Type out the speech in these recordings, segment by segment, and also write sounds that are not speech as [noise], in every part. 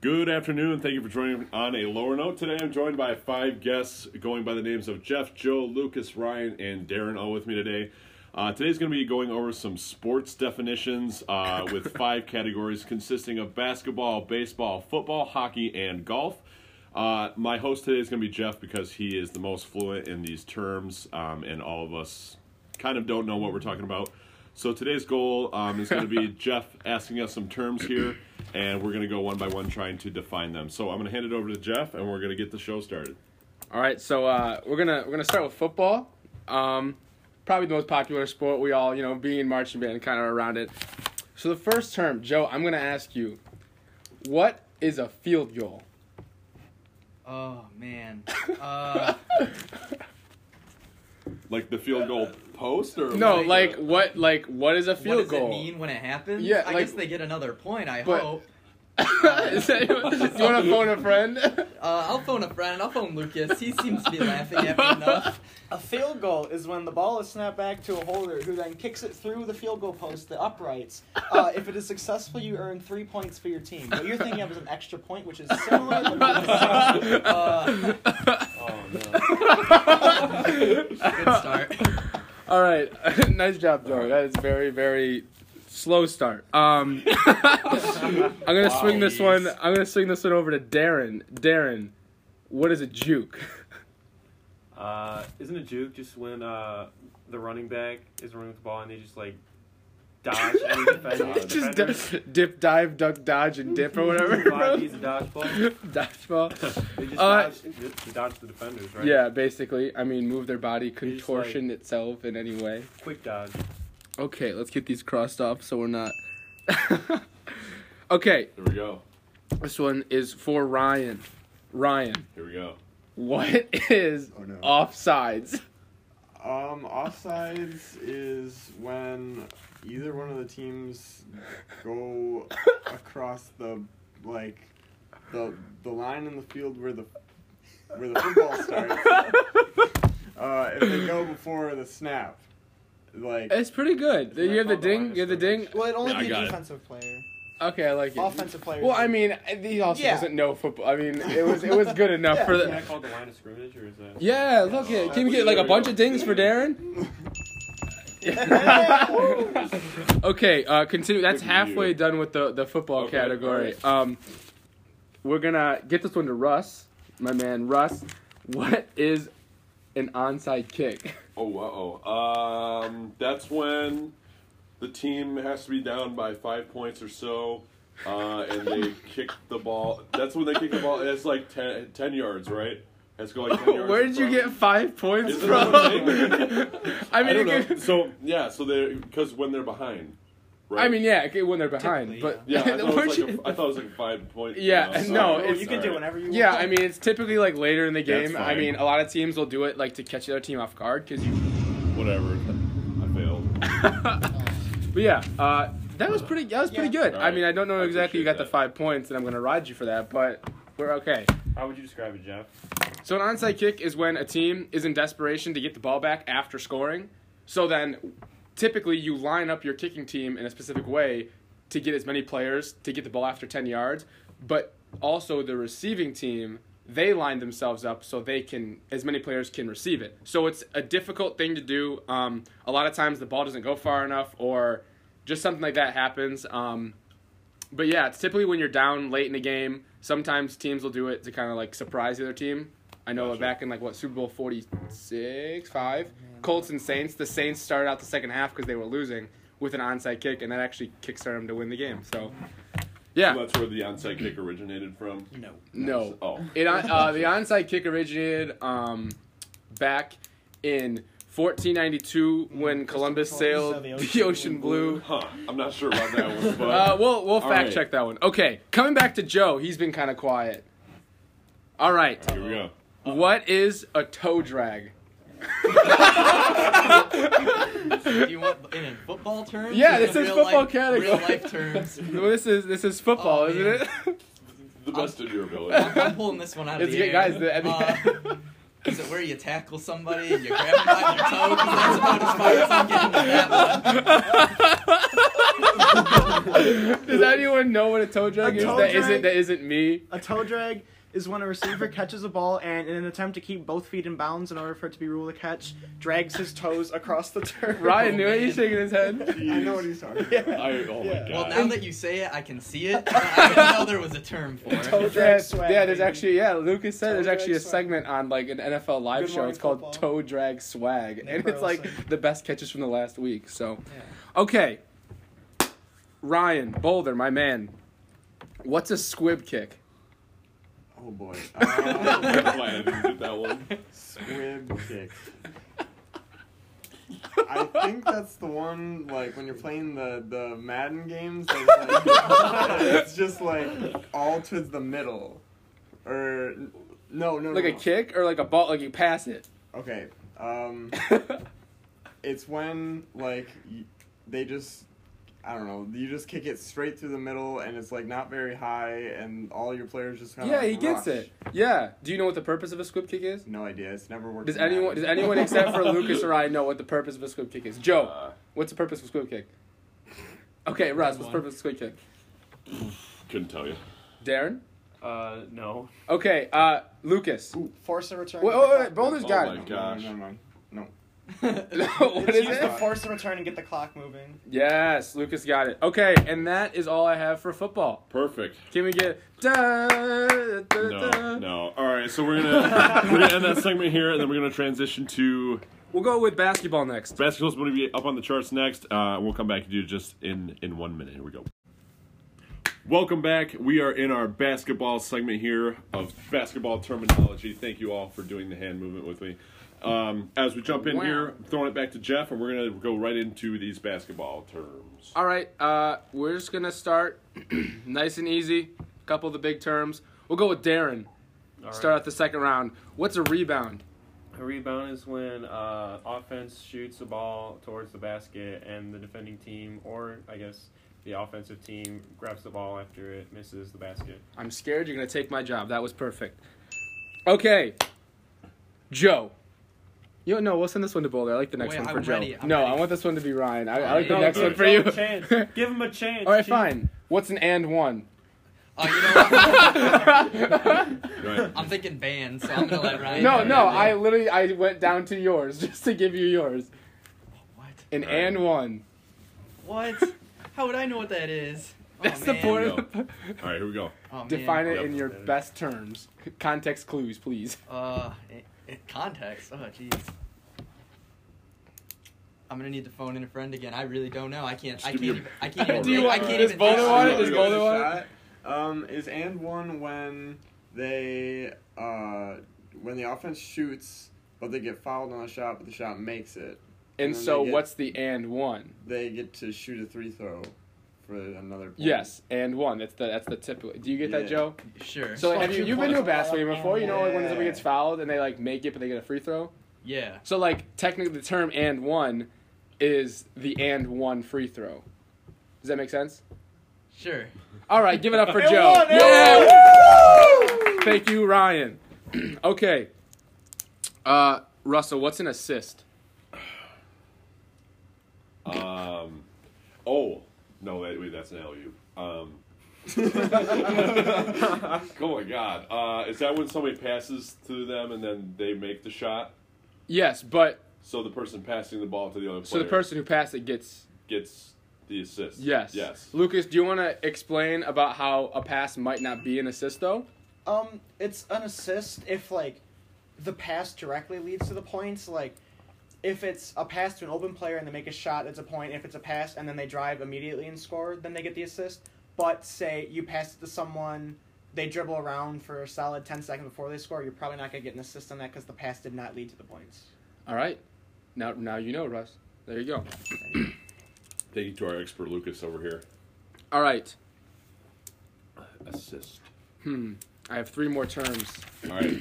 Good afternoon. Thank you for joining me on a lower note. Today I'm joined by five guests going by the names of Jeff, Joe, Lucas, Ryan, and Darren, all with me today. Uh, today's going to be going over some sports definitions uh, with five categories consisting of basketball, baseball, football, hockey, and golf. Uh, my host today is going to be Jeff because he is the most fluent in these terms, um, and all of us kind of don't know what we're talking about. So today's goal um, is going to be [laughs] Jeff asking us some terms here, and we're going to go one by one trying to define them. So I'm going to hand it over to Jeff, and we're going to get the show started. All right, so uh, we're gonna we're gonna start with football. Um, probably the most popular sport. We all, you know, being in marching band, kind of around it. So the first term, Joe, I'm gonna ask you, what is a field goal? Oh [laughs] man. Uh, Like the field goal post, or No, Like, like uh, what like what is a what field does goal? it mean when it happens? Yeah, I like- guess they get another point. I But- hope. [laughs] Is that- you want to phone a friend? [laughs] Uh, I'll phone a friend. I'll phone Lucas. He seems to be laughing [laughs] at me enough. A field goal is when the ball is snapped back to a holder who then kicks it through the field goal post, the uprights. Uh, if it is successful, you earn three points for your team. What you're thinking of is an extra point, which is similar. but not [laughs] the same. Uh, Oh no. good start. All right, [laughs] nice job, Joe. That is very very slow start. Um, [laughs] I'm gonna Wow. swing this one. Jeez. I'm gonna swing this one over to Darren. Darren, what is a juke? [laughs] Uh, isn't a juke just when uh, the running back is running with the ball and they just like dodge [laughs] any defender? just defender? di- dip, dive, duck, dodge, and dip or whatever. Five bro. D's a [laughs] dodgeball. Dodgeball. They just Uh, dodge, they dodge the defenders, [laughs] right? Yeah, basically. I mean, move their body, like- contortion itself in any way. Quick dodge. Okay, let's get these crossed off so we're not. [laughs] okay, Here we go. this one is for Ryan. Ryan, Here we go. what is Oh, no. [laughs] offsides? Um, offsides is when either one of the teams go across the like the the line in the field where the where the football starts. Uh, if they go before the snap, like It's pretty good. Isn't You have the that called the ding. You have the ding. well, it'd only Yeah, I be got a it. defensive player. Okay, I like it. Offensive player. Well, I [laughs] mean, [laughs] he also Yeah. doesn't know football. I mean, it was it was good enough for Is that the. called the line of scrimmage or is that? Yeah, look, yeah, can we get like a bunch of dings for Darren? okay, uh, continue. That's Look at you. halfway done with the, the football Okay, category. Um, we're gonna get this one to Russ, my man Russ. What is an onside kick? [laughs] Oh, uh oh. Um, that's when the team has to be down by five points or so, uh, and [laughs] they kick the ball. That's when they kick the ball. and It's like 10, 10 yards, right? It's going. Like 10 yards [laughs] Where did you from- get five points Isn't from? that [laughs] I I, mean, don't know. it could- So yeah, so they because when they're behind, right? [laughs] I mean, yeah, okay, when they're behind, Typically, but [laughs] yeah. I thought, it weren't was like you- a, I thought it was like a five point. Yeah, you know, so- no, Oh, it's- you can do it whenever you want. Yeah, I mean, it's typically like later in the That's game. I mean, fine. a lot of teams will do it like to catch the other team off guard because you. [laughs] whatever. I failed. But yeah, uh, that was pretty. That was pretty Yeah. good. I mean, I don't know I exactly. You got appreciate the that. five points, and I'm gonna ride you for that, but we're okay. How would you describe it, Jeff? So an onside kick is when a team is in desperation to get the ball back after scoring. So then, typically, you line up your kicking team in a specific way to get as many players to get the ball after ten yards, but also the receiving team. They line themselves up so they can, as many players can receive it. So it's a difficult thing to do. Um, a lot of times the ball doesn't go far enough, or just something like that happens. Um, but yeah, it's typically when you're down late in the game. Sometimes teams will do it to kind of like surprise the other team. I know Gotcha. back in like what Super Bowl 46, 5, Colts and Saints. The Saints started out the second half because they were losing with an onside kick, and that actually kickstarted them to win the game. So, yeah, That's where the onside kick originated from. no. no, Oh, it on- uh, the onside kick originated um, back in 1492 when Columbus Columbus sailed saw the [laughs] the ocean ocean blue. huh? I'm not sure about that one, but Uh, we'll we'll All fact right. check that one. Okay, coming back to Joe, he's been kind of quiet. All right, here we go. what is a toe drag? Do you want in football terms? Yeah, or this in is real football life, category. Real [laughs] life terms. Well, this is this is football, Oh, isn't man. it? The best of your ability. I'm pulling this one out of [laughs] It's the good, air. guys, the- Uh, Is it where you tackle somebody and you grab them by their toe? 'Cause that's about as far as I'm getting with that [laughs] one. Does anyone know what a toe drag Uh, A is toe that drag? not that isn't me? A toe drag is when a receiver catches a ball and, in an attempt to keep both feet in bounds in order for it to be ruled a catch, drags his toes across the turf. Ryan knew it. He's shaking his head. [laughs] [laughs] I know what he's talking about. Yeah. I, oh my Yeah. god. Well, now that you say it, I can see it. I didn't know there was a term for Toe it. Yeah, drag swag. yeah, there's actually yeah. Lucas said Toe there's drag actually a swag. segment on like an NFL live Good show. Morning It's called Football. Toe Drag Swag, and it's like Burleson. the best catches from the last week. So, Yeah. okay, Ryan Boulder, my man, what's a squib kick? Oh boy. I'm [laughs] Uh, glad I didn't get that one. squib kick. I think that's the one like when you're playing the the Madden games. [laughs] That's like, it's just like all to the middle, or no, no, Like no. a kick or like a ball? Like you pass it? [laughs] Okay. Um, it's when like y- they just I don't know. You just kick it straight through the middle, and it's like not very high, and all your players just kind of yeah, he gets it. Yeah. Do you know what the purpose of a squib kick is? No idea. It's never worked. Does in anyone does Madden. anyone except for Lucas or I know what the purpose of a squib kick is? Joe, what's the purpose of a squib kick? Okay, Russ, what's the purpose of a squib kick? Couldn't tell you. Darren? Uh, no. Okay, uh Lucas. Wait, Force a return. wait, and get the wait, clock- Boulder's Oh got my it. No, gosh. never mind. [laughs] what It's is used it? to force a return and get the clock moving. Yes, Lucas got it. Okay, and that is all I have for football. Perfect. Can we get da, da, No, da. no. All right, so we're gonna we're gonna end that segment here, and then we're gonna transition to We'll go with basketball next. basketball's going to be up on the charts next. Uh, we'll come back to you just in in one minute. Here we go. Welcome back. We are in our basketball segment here of basketball terminology. Thank you all for doing the hand movement with me. Um, as we jump in Wow. here, I'm throwing it back to Jeff, and we're going to go right into these basketball terms. All right, uh, we're just gonna start [clears throat] nice and easy. Couple of the big terms. We'll go with Darren. All Start right. out the second round. What's a rebound? A rebound is when uh, offense shoots the ball towards the basket and the defending team, or I guess the offensive team, grabs the ball after it misses the basket. I'm scared you're gonna take my job. That was perfect. Okay, Joe. You no, we'll send this one to Boulder. I like the next Wait, one I'm for Joe. ready, I'm no, ready. I want this one to be Ryan. I, I like the No, next give one for Joe you. a chance. Give him a [laughs] chance. All right, Chief. fine. What's an and [laughs] one? Oh, you know what? Right. [laughs] I'm thinking band, so [laughs] I'm gonna let Ryan. No, have no. it. I literally I went down to yours [laughs] just to give you yours. What? An All right. and one. What? How would I know what that is? [laughs] Oh, That's the man. point. There you [laughs] All right, here we go. Oh, man. Define it Yep. in your best terms. Context clues, please. Uh, it, it, context. Oh, jeez. I'm gonna need to phone in a friend again. I really don't know. I can't. I Just can't. give me Even, [laughs] I can't even. Do you think- I want- can't is even. Boulder think. one? I'll Is give Boulder it a one? shot. Um, is and one when they uh when the offense shoots, but they get fouled on the shot, but the shot makes it. And then so, they get- what's the and one? They get to shoot a three throw for another. Point. Yes, and one. That's the that's the typical. Do you get that, Yeah. Joe? Sure. So like, have you Fucking you've been to a points. basketball game before? You know like when Yeah. somebody gets fouled and they like make it but they get a free throw. yeah. So like technically the term and one is the and one free throw. Does that make sense? Sure. All right, give it up for It Joe. won, it Yeah! Thank you, Ryan. [clears throat] okay. Uh, Russell, what's an assist? Um, oh no, wait, wait that's an LU. Um, [laughs] oh my God! Uh, is that when somebody passes to them and then they make the shot? Yes, but So the person passing the ball to the other so the player person who passed it gets gets the assist. yes. Yes. Lucas, do you want to explain about how a pass might not be an assist though? Um, it's an assist if like the pass directly leads to the points. Like if it's a pass to an open player and they make a shot, it's a point. If it's a pass and then they drive immediately and score, then they get the assist. But say you pass it to someone, they dribble around for a solid ten seconds before they score. You're probably not gonna get an assist on that because the pass did not lead to the points. All right. Now now you know, Russ. There you go. Thank you to our expert Lucas over here. All right. Assist. Hmm. I have three more terms. [clears throat] All right.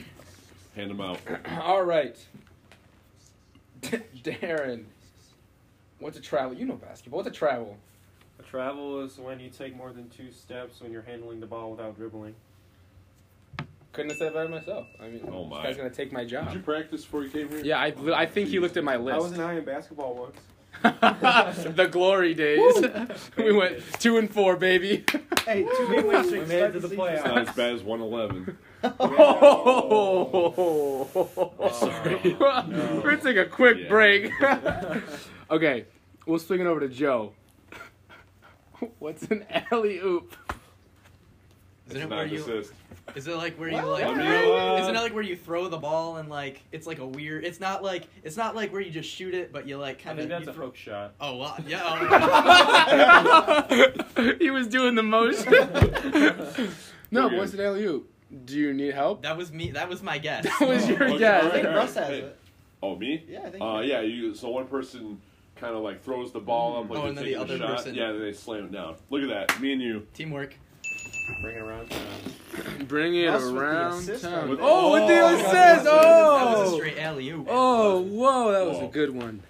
Hand them out. All right. [laughs] Darren. What's a travel? You know basketball. What's a travel? A travel is when you take more than two steps when you're handling the ball without dribbling. Couldn't have said it better myself. I mean, Oh my. this guy's gonna take my Did you job. practice before you came here? Yeah, I, li- I think he looked at my I was list. an eye in basketball once. [laughs] [laughs] the glory days. [laughs] we [laughs] went two and four, baby. [laughs] Hey, two big win streaks. We made start it to the Uh, season. It's not as bad as 111. Oh. [laughs] Sorry. We're gonna take a quick Yeah. break. [laughs] okay, we'll swing it over to Joe. [laughs] What's an alley oop? [laughs] Is it Knock where you? assist. Is it like where you like? I mean, throw- Isn't it uh, like where you throw the ball and like it's like a weird? It's not like it's not like where you just shoot it, but you like I kind think that's a of. hook shot. Oh well, yeah. [laughs] oh, he was doing the motion. [laughs] no, but what's an alley oop? Do you need help? that was me. That was my guess. That was your Oh, Okay, guess. all I think right, Russ all has right. it. Oh, me? Yeah, I think. Uh, yeah, you. So one person kind of like throws the ball up, like Oh, they're and then the taking a other shot. person- Yeah, then they slam it down. Look at that. Me and you. [laughs] Teamwork. Bring it around. Bring it Russ with the around assist town. on that. Oh, with the Oh, assist! That was a Oh, straight alley oop. oh, whoa, that was a Whoa. good one.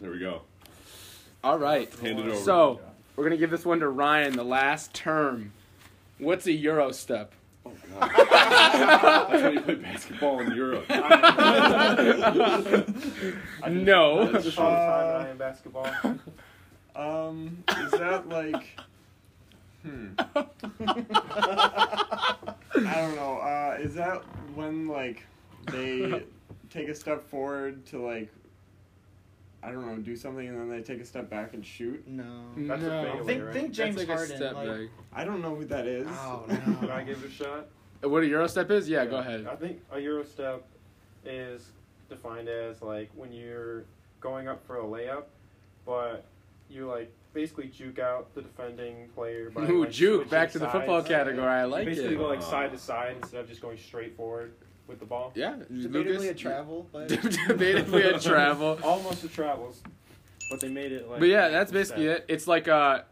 There we go. All right, Hand it over. so we're gonna give this one to Ryan. The last term. What's a euro step? [laughs] Oh, God. That's when you play basketball in [laughs] Europe. [laughs] No. That's all the time I in basketball. [laughs] Um, is that like? [laughs] [laughs] Hmm. I don't know. Uh, is that when like they take a step forward to like? I don't know, do something and then they take a step back and shoot. No. That's a no. fail. Think, think James That's like a Harden. step like, back. I don't know who that is. Oh, Can no. I give it a shot? What a euro step is? Yeah, go ahead. I think a euro step is defined as like when you're going up for a layup, but you like basically juke out the defending player [laughs] by Ooh, like, juke. switching Back to the sides. football category. I like you basically it. go like side to side instead of just going straight forward with the ball. Yeah, Lucas. Debatably a travel, [laughs] but Debatably a [laughs] travel. Almost the travels, but they made it like. But yeah, that's basically step. it. It's like a,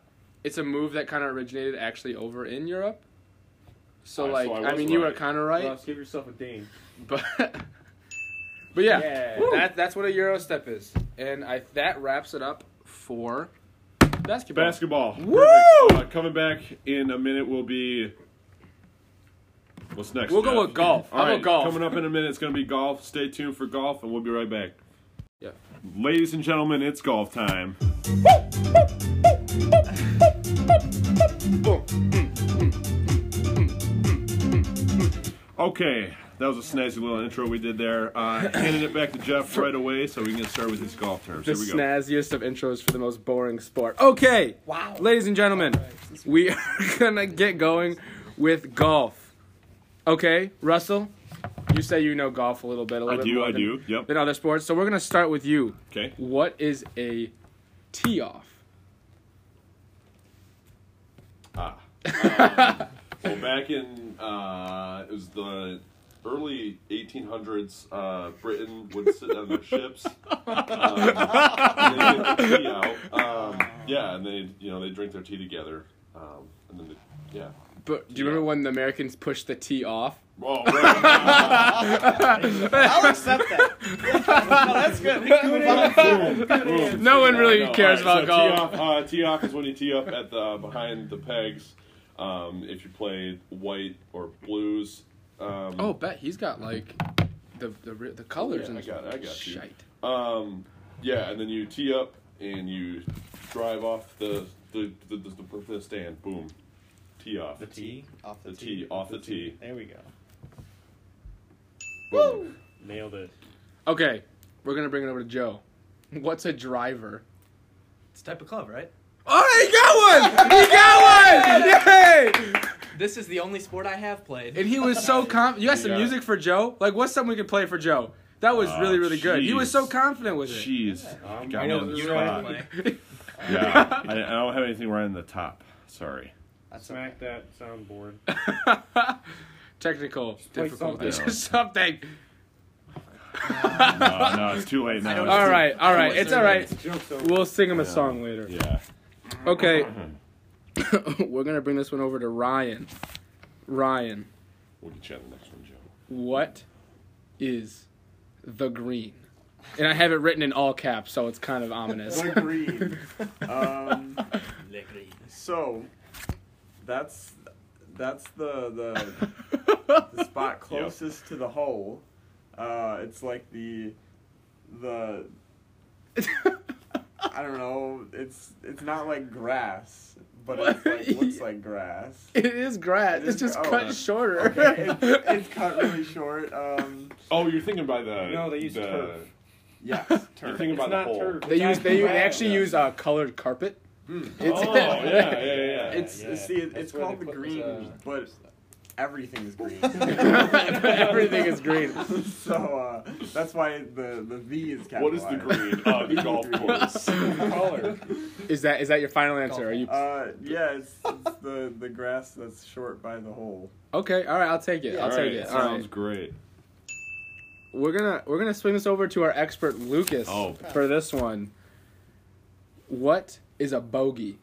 it's a move that kind of originated actually over in Europe. Oh, So Uh, so like, I I, was mean, you were right. kind of right, Russ, give yourself a ding. but [laughs] but yeah, Yeah. Woo. that that's what a euro step is, and I that wraps it up for basketball. Basketball. Woo! Perfect. Uh, coming back in a minute will be. What's next? We'll go Jeff? with golf. All How about right, golf? Coming up in a minute, it's going to be golf. Stay tuned for golf, and we'll be right back. Yeah. Ladies and gentlemen, it's golf time. Okay, that was a snazzy little intro we did there. Uh, handing it back to Jeff right away so we can get started with these golf terms. the Here we go. snazziest of intros for the most boring sport. Okay. [laughs] Wow. Ladies and gentlemen, we [laughs] are gonna get going with golf. Okay, Russell, you say you know golf a little bit. A little I bit do, more I than, do. Yep. Than other sports, so we're gonna start with you. Okay. What is a tee off? Ah. Um, well, back in uh, it was the early 1800s. Uh, Britain would sit on their [laughs] ships. Um, and they'd get the tea out. Um, yeah, and they you know they drink their tea together. Um, and then they, yeah. But do you Tee remember off. when the Americans pushed the tee off? [laughs] Well, right. I'll accept that. [laughs] no, that's good. We can move on. Boom, boom. [laughs] No one really No, cares all right, about so golf. Tee off, uh, tee off is when you tee up at the behind the pegs. Um, if you play white or blues. Um, Oh, bet he's got like the the re- the colors Yeah, and I got it, I got you. Shite. Um, yeah, and then you tee up and you drive off the the, the, the, the, the stand. Boom, tee off. The T. Off The tee off the tee. There we go. Boom. Nailed it. Okay, we're gonna bring it over to Joe. What's a driver? It's a type of club, right? Oh, he got one! He got one! [laughs] Yay! This is the only sport I have played. And he [laughs] was so confident. You got some Yeah. music for Joe? Like, what's something we can play for Joe? That was Ah, really, really good. He was so jeez. confident with it. Jeez, Um, Got I me know on the you you know don't spot. how have to to play. play. [laughs] yeah. I, I don't have anything right on the top. Sorry. That's okay. Smack that [laughs] soundboard. Technical play difficulties. [laughs] something. something. [laughs] No, no, it's too [laughs] late now. I don't- All right, all right. It's It's all right. Joke's over. We'll sing him a song later. Yeah. [laughs] Okay. [coughs] We're going to bring this one over to Ryan. Ryan, We'll get you on the next one, Joe. what is the green? And I have it written in all caps, so it's kind of ominous. Agreed. um, Legris. so that's that's the the, [laughs] the spot closest to the hole. Uh, it's like the the I don't know. It's it's not like grass, but it's What? [laughs] like, looks like grass. [laughs] It is grass. It It's is just gra- oh, cut okay. shorter. [laughs] Okay, it's, it's cut really short. Um, Oh, you're thinking by the No, they use the, turf. yes, You're turf. thinking It's about not the hole. [laughs] turf. They It's use they actually actually grass. use uh, colored carpet. Mm. It's- [laughs] oh, yeah, yeah, yeah, yeah. It's see, it, That's it's where called they the put those, green, uh, but everything's green. [laughs] Everything is green. so uh, that's why the the V is capitalized. What is the green? Uh, [laughs] the golf course. Color. Is that is that your final answer? Are you Uh, yeah, it's, it's the the grass that's short by the hole. Uh, okay? All right, I'll take it. I'll All take right, it. All Sounds right, great. we're gonna we're gonna swing this over to our expert Lucas Oh. for this one. What is a bogey?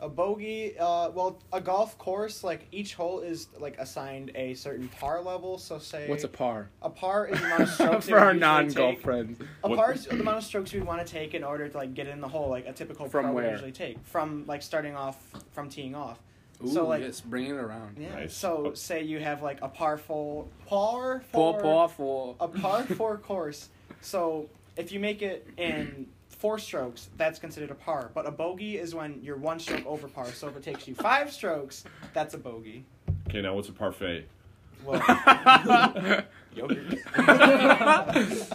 A bogey, uh, well, a golf course, like each hole is like assigned a certain par level. So say What's a par? a par is [laughs] the amount of strokes for our non non-golf friends. A What- par is the amount of strokes you would want to take in order to like get in the hole, like a typical From pro would where? usually take from like starting off from teeing off. so like yes, bringing it around. yeah. Nice. Oh. So say you have like a par four, par Four, four, four, four. a par [laughs] four course. So if you make it in four strokes, that's considered a par. But a bogey is when you're one stroke over par. So if it takes you five strokes, that's a bogey. Okay, now what's a [laughs] parfait? [laughs] [laughs] Well, Yogurt.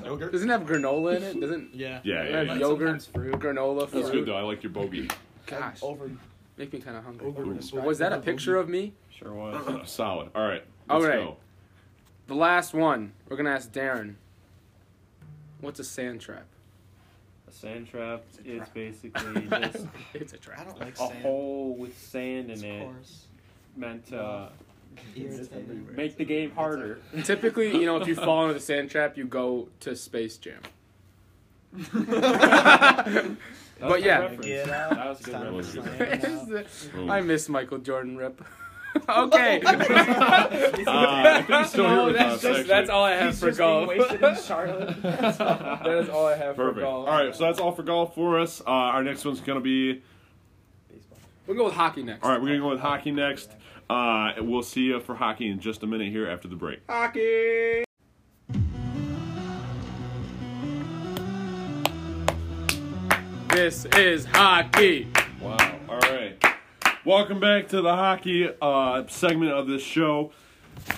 Yogurt. Doesn't it have granola in it. Doesn't yeah. Yeah, yeah. it yeah. have Like yogurt, sometimes fruit. granola, That's fruit. good though. I like your bogey. Gosh, Over. make me kind of hungry. over Ooh. described Was that a as picture of me? Sure Uh-huh. [clears throat] was. Solid. All right. All let's right. go. [laughs] The last one. We're gonna ask Darren. What's a sand [laughs] trap? A sand trap It's a is [laughs] trap. basically just It's a bogey? trap. I don't like a sand. hole with sand in It's it coarse. meant to uh, Irritating. make the game harder. Typically, you know, if you fall into the sand trap, you go to Space Jam. That was But my yeah. reference. Get out. That was a good Stop reference. That was sand. Boom. I miss Michael Jordan rip. [laughs] [laughs] okay. I think Ah, he's still here No, with that's us, just actually. that's all I have He's for just being golf. wasted in Charlotte. that is all I have for Perfect. All golf. right, so that's all for golf for us. Uh, our next one's gonna be. [laughs] We'll go with hockey next. All right, we're gonna go with hockey next. Uh, we'll see you for hockey in just a minute here after the break. Hockey. This is hockey. Wow. All right. Welcome back to the hockey uh, segment of this show.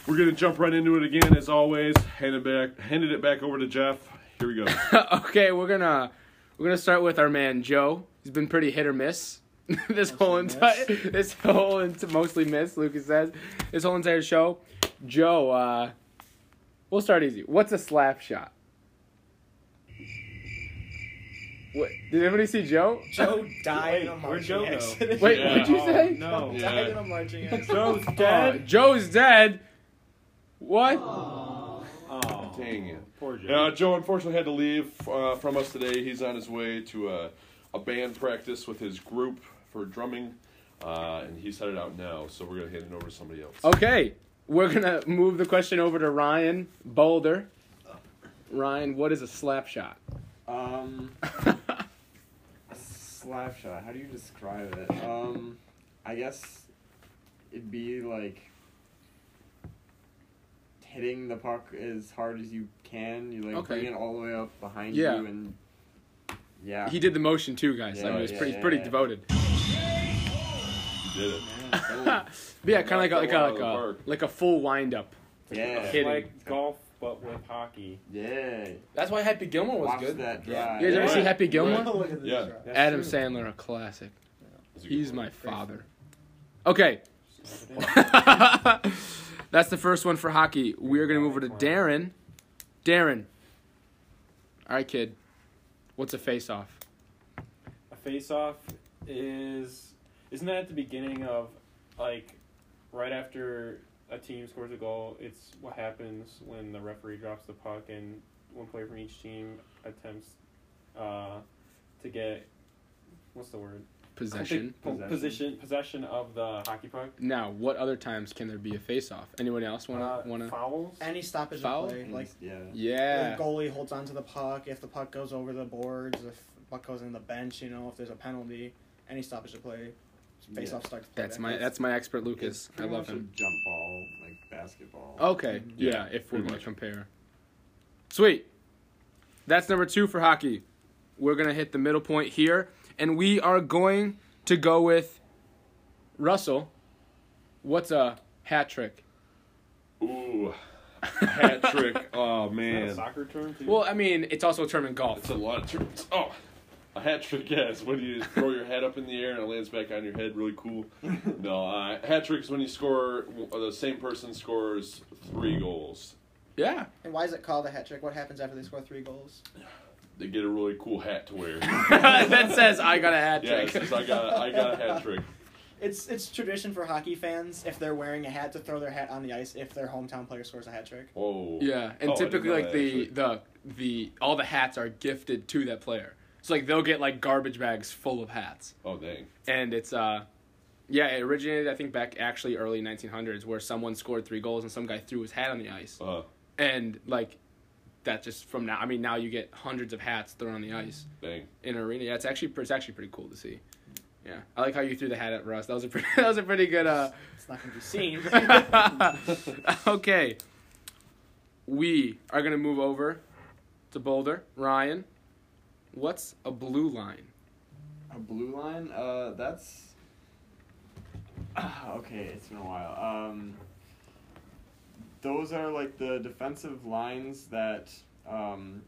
We're gonna jump right into it again, as always. Handed back, handed it back over to Jeff. Here we go. [laughs] okay, we're gonna we're gonna start with our man Joe. He's been pretty hit or miss [laughs] this whole entire [laughs] this whole ent- mostly miss. Lucas says this whole entire show. Joe, uh, we'll start easy. What's a slap shot? What, did everybody see Joe? Joe died in a where'd marching Joe go? accident. [laughs] Wait, Yeah. what'd you Oh, say? No. Yeah. Died in a marching accident. Joe's Uh, dead. Joe's dead. What? Oh, Dang it. poor Joe. Uh, Joe unfortunately had to leave uh, from us today. He's on his way to a, a band practice with his group for drumming, uh, and he's headed out now. So we're gonna hand it over to somebody else. Okay, we're gonna move the question over to Ryan Boulder. Ryan, what is a slap shot? [laughs] Um, slap shot. How do you describe it? Um, I guess it'd be like hitting the puck as hard as you can. You like Okay. bring it all the way up behind Yeah. you and yeah. He did the motion too, guys. I Yeah, mean, he's yeah, pretty yeah, pretty yeah. devoted. You did it. yeah. [laughs] But yeah, kind of like Knocked a that one out like of the a park. like a full wind up. Yeah. Hit- It's like golf, but with hockey. Yeah. That's why Happy Gilmore was Watch good. that You drive. guys ever Yeah. see Happy Gilmore? [laughs] Look at this Yeah. truck. That's Adam true. Sandler, a classic. That's a good He's one. my father. Okay. [laughs] That's the first one for hockey. We are gonna move over to Darren. Darren. All right, kid. What's a face off? A face-off is isn't that at the beginning of like right after a team scores a goal? It's what happens when the referee drops the puck and one player from each team attempts uh, to get what's the word Possession. Po- Possession. position possession of the hockey puck. Now, what other times can there be a face off? Anyone else wanna Uh, wanna? fouls? Any stoppage Foul? of play, like yeah. Yeah. the goalie holds onto the puck. If the puck goes over the boards, if the puck goes in the bench, you know, if there's a penalty, any stoppage of play. Face off starts. That's playback. my that's my expert Lucas. I pretty love much him. A jump ball, like basketball. Okay. Yeah, Yeah, if we're pretty going to much. compare. Sweet. That's number two for hockey. We're going to hit the middle point here, and we are going to go with Russell. What's a hat trick? [laughs] Ooh, hat trick. [laughs] Oh Is that a man, soccer term too? Well, I mean, it's also a term in golf. it's a lot of tricks. Oh, a hat trick. Yeah, it's when you throw your hat up in the air and it lands back on your head. Really [laughs] cool. No, uh, hat trick is when you score. The same person scores three goals. Yeah. [laughs] And why is it called a hat trick? What happens after they score three goals? They get a really cool hat to wear. [laughs] that says I got a hat yeah, it trick. says I got I got a [laughs] hat trick. It's it's tradition for hockey fans if they're wearing a hat to throw their hat on the ice if their hometown player scores a hat trick. Whoa. Yeah, and Oh, I didn't typically know like that, the actually. the the all the hats are gifted to that player. So like they'll get like garbage bags full of hats. Oh dang. and it's uh yeah it originated i think back actually early 1900s where someone scored three goals and some guy threw his hat on the ice Uh, and like that just from now i mean now you get hundreds of hats thrown on the ice dang. in an arena yeah, it's actually it's actually pretty cool to see yeah i like how you threw the hat at russ that was a pretty [laughs] that was a pretty good uh [laughs] It's not going to be seen. okay we are gonna move over to boulder ryan what's a blue line A blue line? Uh, that's. [sighs] Ah, okay, it's been a while. Um, those are like the defensive lines that um,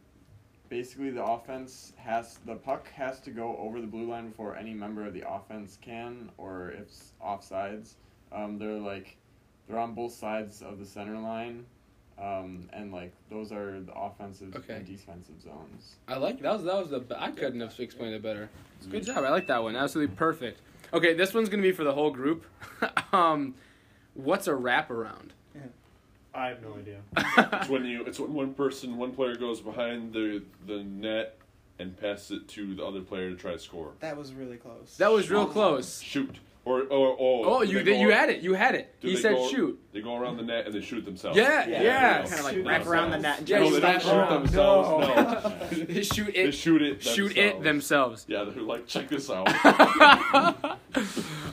basically the offense has the puck has to go over the blue line before any member of the offense can, or if it's offsides. Um, they're like they're on both sides of the center line. Um, and like those are the offensive Okay. and defensive zones. I like that was that was the be- I couldn't have explained it better. It's a good job. I like that one. Absolutely perfect. Okay, this one's gonna be for the whole group. [laughs] um, what's a wraparound? [laughs] I have no idea. It's when you it's when one person one player goes behind the the net and passes it to the other player to try to score. that was really close. That was real close. Shoot. Or or oh. Oh, you they did, you go- had it. You had it. do He they said go- shoot. They go around the net and they shoot themselves. Yeah, yeah. yeah. Kind of like Shoot wrap around the themselves. net and Yeah, No, just they don't slap shoot around. themselves. [laughs] No. They [laughs] shoot they it. shoot it. shoot it themselves. Yeah, they're like, check this [laughs] out. [laughs]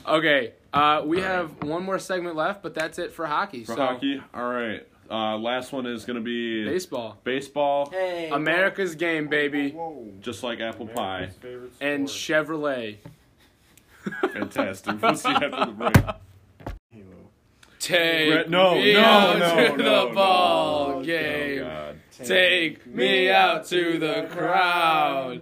Okay, uh, we have one more segment left, but that's it for hockey. For so hockey, all right. Uh, last one is going to be baseball, baseball, Hey, America's game, baby, Whoa. whoa. just like apple pie. America's favorite and sport. Chevrolet. Fantastic. We'll see you after the break. Halo. Take Brett, no, me no, out no, to no, the no. ball Oh, game. Oh, God. Take me out to the crowd.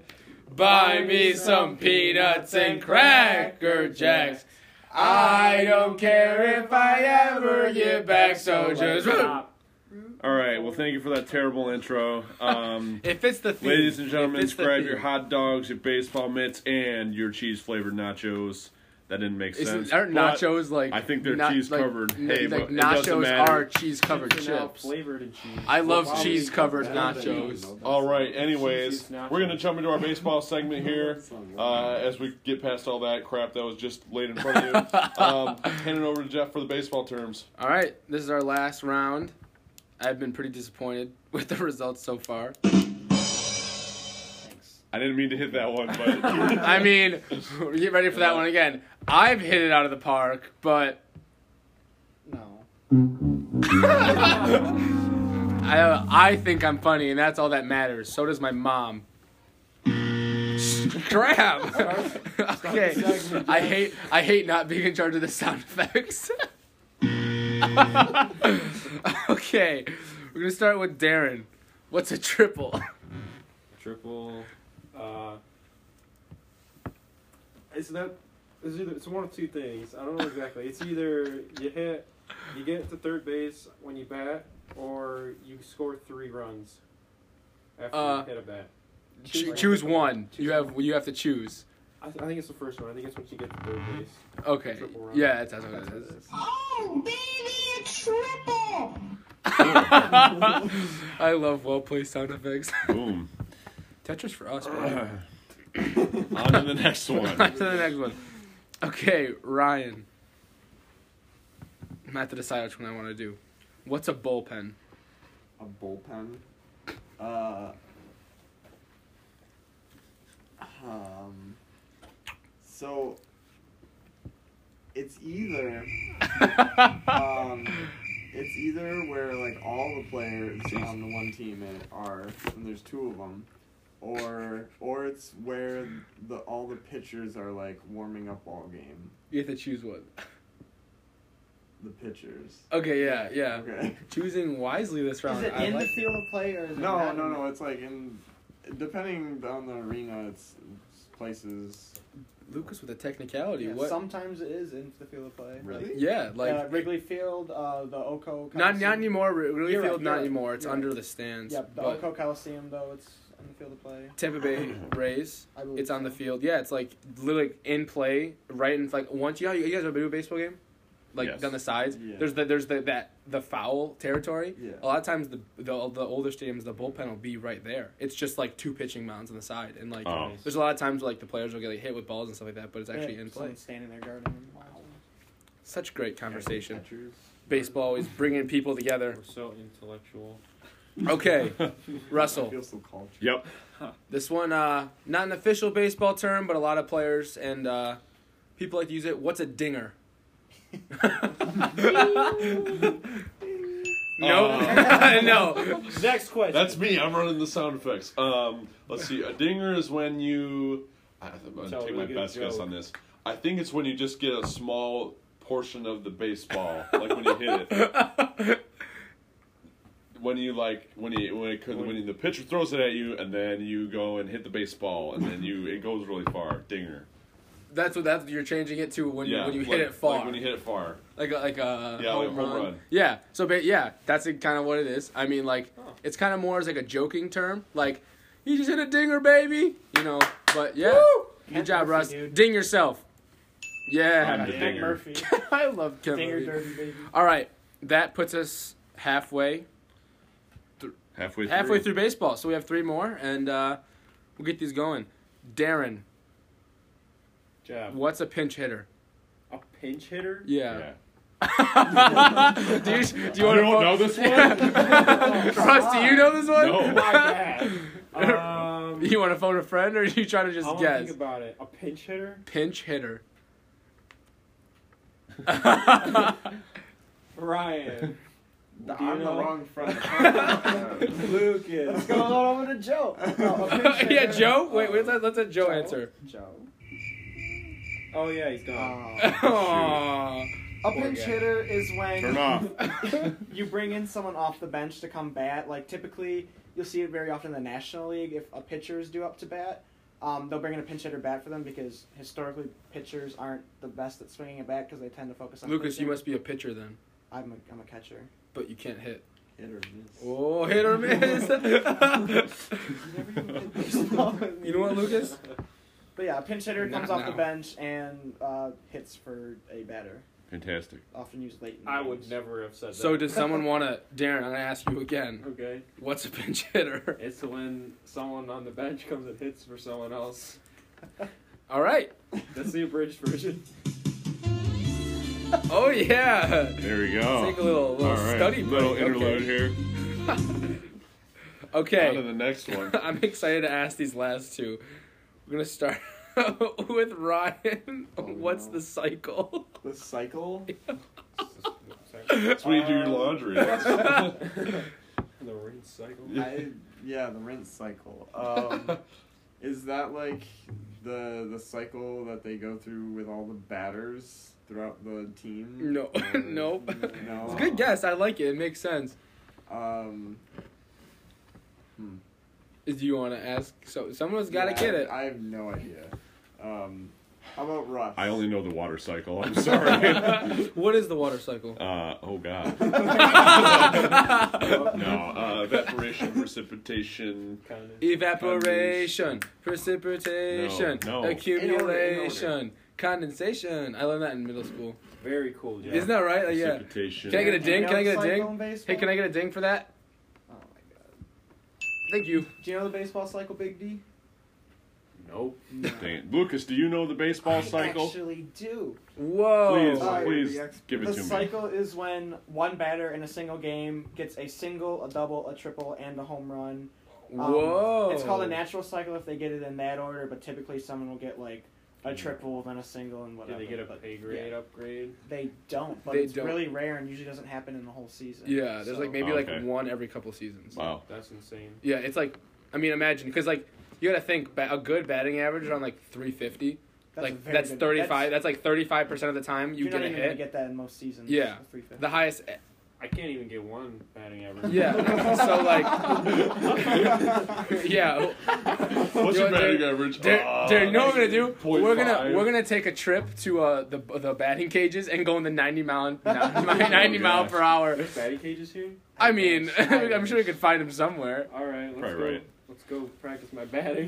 Buy me some peanuts and cracker jacks. I don't care if I ever get back, so just. All right. Well, thank you for that terrible intro. [laughs] Um, [laughs] If it's the theme. ladies and If gentlemen, it's the grab theme. your hot dogs, your baseball mitts, and your cheese flavored nachos. That didn't make sense. Isn't, aren't but nachos like. I think they're na- cheese like- covered. n- Hey, like but it doesn't nachos matter. are cheese [coughs] covered Chips are now chips. flavored in cheese. I love Wow, cheese covered better than you nachos. know that. All right. Anyways, Cheese nachos. we're gonna jump into our baseball segment here. Sounds Uh, as we get past all that crap that was just laid in front of [laughs] you, um, hand it over to Jeff for the baseball terms. All right, this is our last round. I've been pretty disappointed [laughs] with the results so far. Thanks. I didn't mean to hit that one, but [laughs] I mean, get ready for that one again. I've hit it out of the park, but [laughs] No. I I think I'm funny, and that's all that matters. So does my mom. [laughs] Crap. okay. [laughs] I hate I hate not being in charge of the sound effects. [laughs] okay, we're gonna start with Darren. What's a triple? Triple. Uh, it's that. It's, either, it's one of two things. I don't know exactly. It's either you hit, you get to third base when you bat, or you score three runs after Uh, you hit a bat. Cho- choose one. You have you have to choose. I, th- I think it's the first one. I think it's once you get to third base. Okay. Triple round. Yeah, that's, that's what it is. Oh, baby, it's triple! I love well placed sound effects. [laughs] boom. Tetris for us, [laughs] bro. on to the next On [laughs] one. to the next one. Okay, Ryan. I'm at to decide which one I want to do. What's a bullpen? a bullpen. Uh, um, so it's either um, it's either where like all the players on the one team i- are, and there's two of them, or or it's where the all the pitchers are like warming up all game. [laughs] You have to choose one. The pitchers. Uh, Okay, yeah, yeah. Okay. Choosing wisely this round. Is it I in like the field of play or is it No, not no, in the- no. It's like in depending on the arena, it's places. [laughs] Lucas with a technicality. Yeah, what? Sometimes it is in the field of play. Really? yeah, Like like uh, Wrigley Field, uh, the Oco. not not Coliseum. anymore. Re- Really You're right, field you're not right, anymore. It's you're right. under the stands. Yep, the but Oco Coliseum though it's in the field of play. Tampa [clears throat] Bay Rays. I believe It's on the so. field. Yeah, it's like literally in play, right in like once you you guys ever been to a baseball game, like Yes. down the sides. Yeah. There's the there's the that the foul territory. Yeah. A lot of times the, the the older stadiums the bullpen will be right there. It's just like two pitching mounds on the side, and like Oh. there's a lot of times where, like the players will get like, hit with balls and stuff like that, but it's actually Yeah, in play. someone standing there guarding. him. [laughs] Such great conversation. Catchers. Baseball is bringing people together. We're so intellectual. Okay, Russell. [laughs] I feel so cultured. Yep. This one, uh, not an official baseball term, but a lot of players and uh, people like to use it. What's a [laughs] dinger? no, Uh. [laughs] [laughs] no. [laughs] Next question. That's me. I'm running the sound effects. Um, let's see. A dinger is when you. I, I'm gonna Tell a take my really good best guess joke. on this. I think it's when you just get a small portion of the baseball, like when you hit it. When you like when you when it could, when the pitcher throws it at you and then you go and hit the baseball and then you it goes really far. Dinger. That's what that's you're changing it to when you when you like- hit it far, Like like, when you hit it far. a, like a Yeah, like a home, home run. run. Yeah. So, but yeah, that's kind of what it is. I mean, like Huh. it's kind of more as like a joking term, like you just hit a dinger, baby. You know. But yeah, good Kent job, Murphy, Russ. dude. Ding yourself. Yeah. I'm the Ken dinger. Murphy, [laughs] I love Kevin. dinger Murphy. dirty baby. All right, that puts us halfway Halfway through. halfway through baseball. So we have three more, and uh, we'll get these going. Darren, job. what's a pinch hitter? A pinch hitter? Yeah. Yeah. [laughs] [laughs] do you, do you You want don't know to? this one? [laughs] Russ, do you know this one? No. [laughs] [laughs] My bad. Um, you want to phone a friend, or are you trying to I just want to guess? think about it. A pinch hitter? pinch hitter. [laughs] Ryan. The, Do you I'm the know? wrong [laughs] front. Yeah. Lucas. Going on over to [laughs] Joe. No, a pinch yeah, hitter. Joe. Wait, wait, Uh, let, let's let Joe, answer. Joe. Oh, yeah, he's Um, gone. Uh, Oh, Aw. A Poor pinch guy. hitter is when Turn off. [laughs] you bring in someone off the bench to come bat. Like typically, you'll see it very often in the National League if a pitcher is due up to bat. Um, they'll bring in a pinch hitter bat for them because historically pitchers aren't the best at swinging a bat because they tend to focus on. Lucas, you pitching. must be a pitcher then, I'm a, I'm a catcher. but you can't hit. hit or miss. Oh, hit or miss. [laughs] you know what, Lucas? But yeah, a pinch hitter Not comes off the now. bench and uh, hits for a batter, Fantastic. often used late. In I games. would never have said that. So does someone want to, Darren? I'm gonna ask you again. Okay. What's a pinch hitter? It's when someone on the bench comes and hits for someone else. All right. That's the abridged version. Oh yeah. [laughs] There we go. Take a little, little All right, study break. little okay. interlude here. On to Okay. the next one. [laughs] I'm excited to ask these last two. We're gonna start [laughs] with Ryan. Oh, What's no. the [laughs] cycle? [laughs] The cycle. [laughs] That's when you do your [laughs] laundry. That's- the rain cycle. I, yeah, the rinse cycle. [laughs] Um, is that like the the cycle that they go through with all the batters throughout the team? No. Or- Nope. No. It's a good guess. I like it. It makes sense. Um, Hmm. Do you want to ask? So someone's yeah, gotta get it. I, I have no idea. Um, how about Russ? I [laughs] only know the water cycle. I'm [laughs] sorry. [laughs] what is the water cycle? Uh, oh God. [laughs] no, uh, evaporation, precipitation. Evaporation, precipitation, No, no. accumulation, In order, in order. condensation. I learned that in middle school. Very cool, Jeff. Isn't that right? Like, yeah. Precipitation. Can I get a You ding? know Can I the get a cycle ding? in baseball? Hey, can I get a ding for that? Oh my god. Thank you. Do you know the baseball cycle, Big D? Nope. No. Dang it. Lucas, do you know the baseball I cycle? actually do. Whoa. Please, Uh, please the ex- give it the to me. cycle is when one batter in a single game gets a single, a double, a triple, and a home run. Um, Whoa. It's called a natural cycle if they get it in that order, but typically someone will get like a triple, then a single, and Did whatever. they get a but pay grade upgrade? They don't, but They it's don't. really rare and usually doesn't happen in the whole season. Yeah, there's So- like maybe Oh, like okay. one every couple seasons. Wow. That's insane. Yeah, it's like, I mean, imagine because like you got to think ba- a good batting average is on like 350. that's a like very that's good- 35. That's, like 35 percent of the time you you're get not a even gonna hit. get that in most seasons. Yeah. the 350. [laughs] the highest. I can't even get one batting average. [laughs] Yeah. [laughs] [laughs] so like, yeah. What's You your know, batting Darren- average? Darren, Ah, Darren, you know what we're gonna do? point We're gonna five. we're gonna take a trip to uh, the the batting cages and go in the 90 mile 90, 90 mile gosh. per hour. There's batting cages here? I mean, [laughs] Nice. I'm sure we could find him somewhere. [laughs] All right, let's Probably go. right. Let's go practice my batting.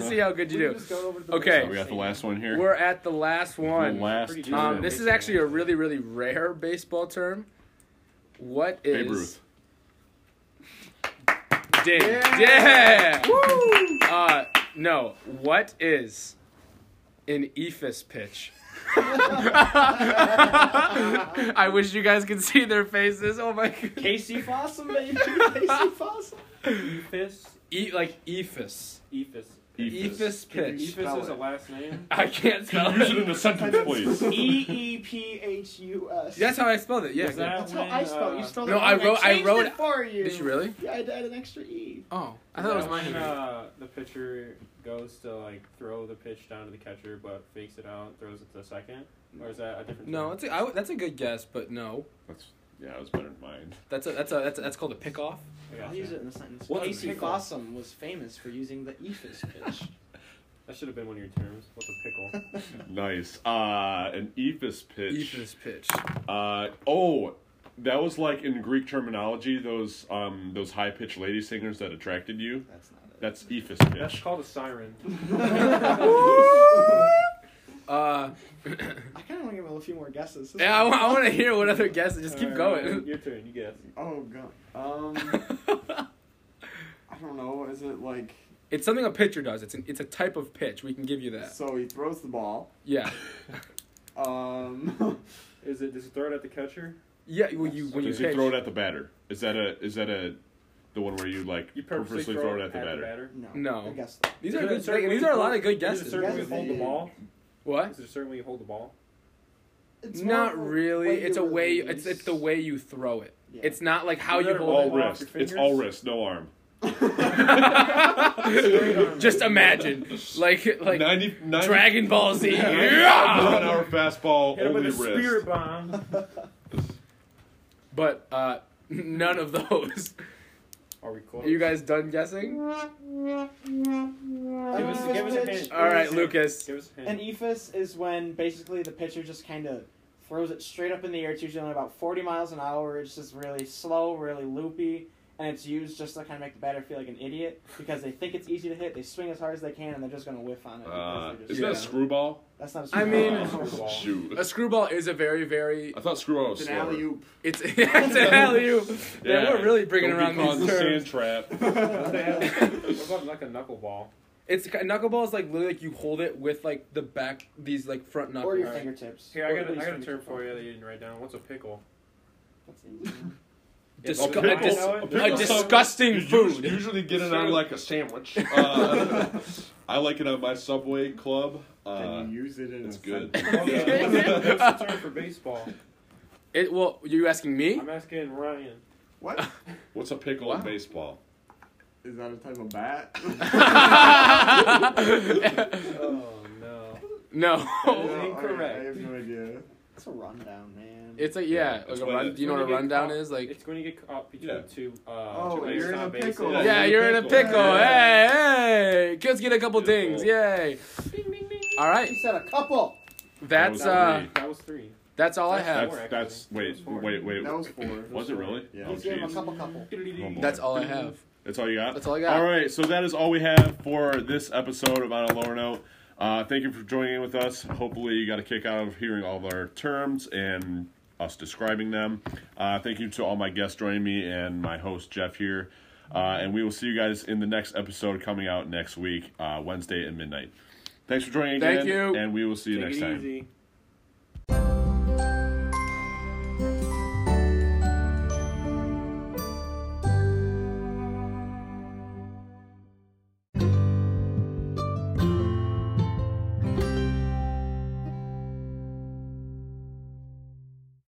See how good you We can do. just go over to the Okay. So we got the last one here. We're at the last The one. last Pretty two. Um, this is actually a really really rare baseball term. What is Babe Ruth. Ding. Yeah. Uh, no. What is an ephus pitch? [laughs] I wish you guys could see their faces. Oh my god. Casey Fossum, [laughs] baby. Casey Fossum. Ephus. Eat E, like ephus. Ephus. Ephus pitch. Ephus is a last name. I can't spell [laughs] Use it it. in a sentence, [laughs] please. E E P H U S. That's how I spelled it. Yeah. Is that That's how when, I spelled. it. uh, You spelled No, it. I wrong. wrote- I changed wrote- It for you. Did you really? Yeah, I added an extra E. Oh, I thought it was Yeah, mine. when, Uh, the pitcher goes to like throw the pitch down to the catcher, but fakes it out, throws it to second. Or is that a different? No, term? it's a, I, that's a good guess, but no. That's, yeah, that was better than mine. That's a, that's a, that's a, that's called a pickoff. I I'll gotcha. use it in a sentence. What E a Casey pickle. Fossum was famous for using the ephus [laughs] pitch. That should have been one of your terms. What's [laughs] a pickle? Nice. Uh, an ephus pitch. Ephus [laughs] pitch. Uh, oh, that was like in Greek terminology. Those um, those high pitched lady singers that attracted you. That's not it. That's ephus That's pitch. called a siren. Uh, [laughs] I kind of want to give him a few more guesses. This yeah, I, is- want to hear what other guesses. Just keep All right, going. [laughs] Your turn. You guess. Oh god. Um, I don't know. Is it like it's something a pitcher does. It's an, it's a type of pitch. We can give you that. so? He throws the ball. Yeah. [laughs] [laughs] Um, Is it? Does it throw it at the catcher? Yeah. When you when you Does pitch. he throw it at the batter? Is that a is that a the one where you like You purposely, throw, it at the batter. No. No. I guess not. These Is are it a good. certain like, way these you are a hold- lot of good Is it a guesses. certain way you Guesses. hold the ball? What? Is it a certain way you hold the ball? It's more Not of a really. way It's a you way. release. It's it's the way you throw it. Yeah. It's not like how Is you that hold All Off wrist. your It's all fingers? wrist, no [laughs] arm. it. Just imagine, [laughs] like like 90, 90 Dragon [laughs] Ball Z. mile an Yeah! hour fastball, Hit him only with a spear wrist. bomb. But uh, [laughs] none of those. [laughs] Are we close? Are you guys done guessing? Give us, give us a hint. All right, Give us a hint. Lucas. Give us a An hint. ephus is when basically the pitcher just kind of throws it straight up in the air. It's usually only about 40 miles an hour. It's just really slow, really loopy, and it's used just to kind of make the batter feel like an idiot because they think it's easy to hit. They swing as hard as they can, and they're just going to whiff on it. because Uh, they're just, is that Yeah. a screwball? that's not a I mean- Ball. Shoot. A screwball is a very very. I thought screwball was it's an slower. alley [laughs] oop. It's [laughs] it's an alley oop. Yeah, we're really bringing Don't be around calling these the terms. sand trap. What the Uh, hell? What about like a knuckleball? It's knuckleball is like literally like you hold it with like the back these like front knuckles. or your fingertips. Here, I Or got, at a, I least got a your term for fingertips. you that you didn't write down. What's a pickle? That's easy. Disgu- A a, pickle- dis- a a pickle- disgusting You us- food. Usually get it on like a sandwich. Uh, [laughs] I like it on my Subway club. Uh, Can you use it in it's a good. sentence? What's Oh, the term for baseball? It well, you asking me? I'm asking Ryan. What? What's a pickle in baseball? Is that a type [laughs] of bat? [laughs] [laughs] Oh no. no. is No, I- I incorrect. have no idea. It's a rundown, man. It's like yeah, It's like a when run. it- Do you know when what a you get rundown caught- is? Like It's when you get caught between Yeah. two. Uh, Oh, you're two in bases a on bases. pickle. yeah, you're in a pickle. Yeah. Hey, hey, kids get a couple Beautiful. dings. Yay! All right, He said a couple. that's That was uh, three. That was three. that's all I That's have. four. That's that's wait That was wait wait. That was four. Was it really? Yeah. Oh, He's gave him a jeez. couple couple. boy. That's all I have. That's all you got. That's all I got. All right, so that is all we have for this episode of On a Lower Note. Uh, thank you for joining in with us. Hopefully, you got a kick out of hearing all of our terms and us describing them. Uh, thank you to all my guests joining me and my host Jeff here. Uh, and we will see you guys in the next episode coming out next week, uh, Wednesday at midnight. Thanks for joining Thank again, you. and we will see you Take next it time. easy.